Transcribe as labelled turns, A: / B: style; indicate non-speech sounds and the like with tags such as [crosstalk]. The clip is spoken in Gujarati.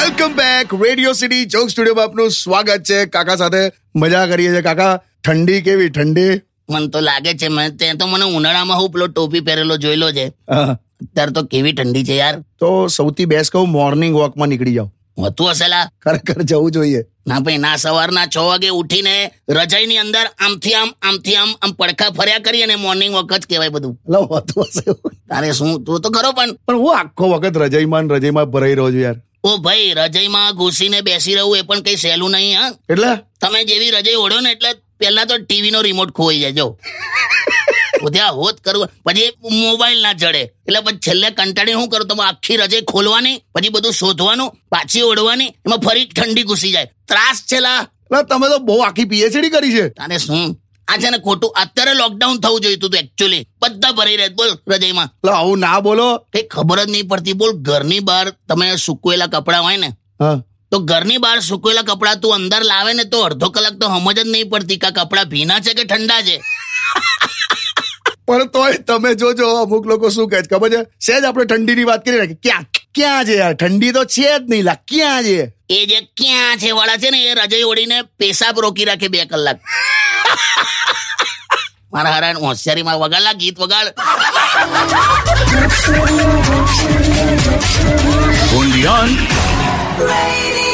A: બેક રેડિયો સિટી જોક સ્ટુડિયોમાં આપનું સ્વાગત છે કાકા સાથે મજા કરીએ છે કાકા ઠંડી કેવી ઠંડી
B: મને તો લાગે છે મેં તે તો મને ઉનાળામાં હું પેલો ટોપી પહેરેલો જોયેલો છે
A: હા.
B: અત્યારે તો કેવી ઠંડી છે યાર
A: તો સૌથી બેસ્ટ કહું મોર્નિંગ વોકમાં નીકળી જાઓ
B: હોતું હશે લા
A: ખરેખર જવું જોઈએ
B: ના ભાઈ ના સવારના છ વાગે ઉઠીને રજાઈની અંદર આમથી આમ આમથી આમ આમ પડખા ફર્યા કરીએ અને મોર્નિંગ વોક જ કહેવાય બધું
A: એટલે હોતું હશે એવું.
B: તારે શું તું તો ખરો પણ
A: પણ હું આખો વખત રજાઈમાં ને રજાઈમાં ભરાઈ રહ્યો છું યાર
B: ઓ ભાઈ રજાઈમાં ઘૂસીને બેસી રહેવું એ પણ કઈ સહેલું નહીં હા
A: એટલે
B: તમે જેવી રજાઈ ઓઢો ને એટલે પહેલા તો ટીવી નો રિમોટ ખોઈ જજો ઉધ્યા હોત કરું પછી મોબાઈલ ના જડે એટલે પછી છેલ્લે કંટાળી હું કરું તમે આખી રજાઈ ખોલવાની પછી બધું શોધવાનું પાછી ઓઢવાની એમાં ફરી ઠંડી ઘૂસી જાય ત્રાસ છે લા
A: એટલે તમે તો બહુ આખી પીએચડી કરી છે
B: તારે શું આ છે ને ખોટું અત્યારે લોકડાઉન થવું જોઈતું હતું એકચ્યુઅલી બધા ભરી રહે બોલ રજાઈમાં
A: એટલે આવું ના બોલો
B: કઈ ખબર જ નહીં પડતી બોલ ઘરની બહાર તમે સૂકવેલા કપડાં હોય ને
A: હા
B: તો ઘરની બહાર સૂકવેલા કપડાં તું અંદર લાવે ને તો અડધો કલાક તો સમજ જ નહીં પડતી કે આ કપડાં ભીના છે કે ઠંડા છે
A: પણ તોય તમે જોજો અમુક લોકો શું કહે છે ખબર છે સહેજ આપણે ઠંડીની વાત કરી રાખી ક્યાં ક્યાં છે યાર ઠંડી તો છે જ નહીં લા ક્યાં છે
B: એ જે ક્યાં છે વાળા છે ને એ રજઈ ઓળીને પેશાબ રોકી રાખે બે કલાક [laughs] મારા હારા હોશિયારીમાં વગાડ લા ગીત વગાડ
C: Undian.
D: Radio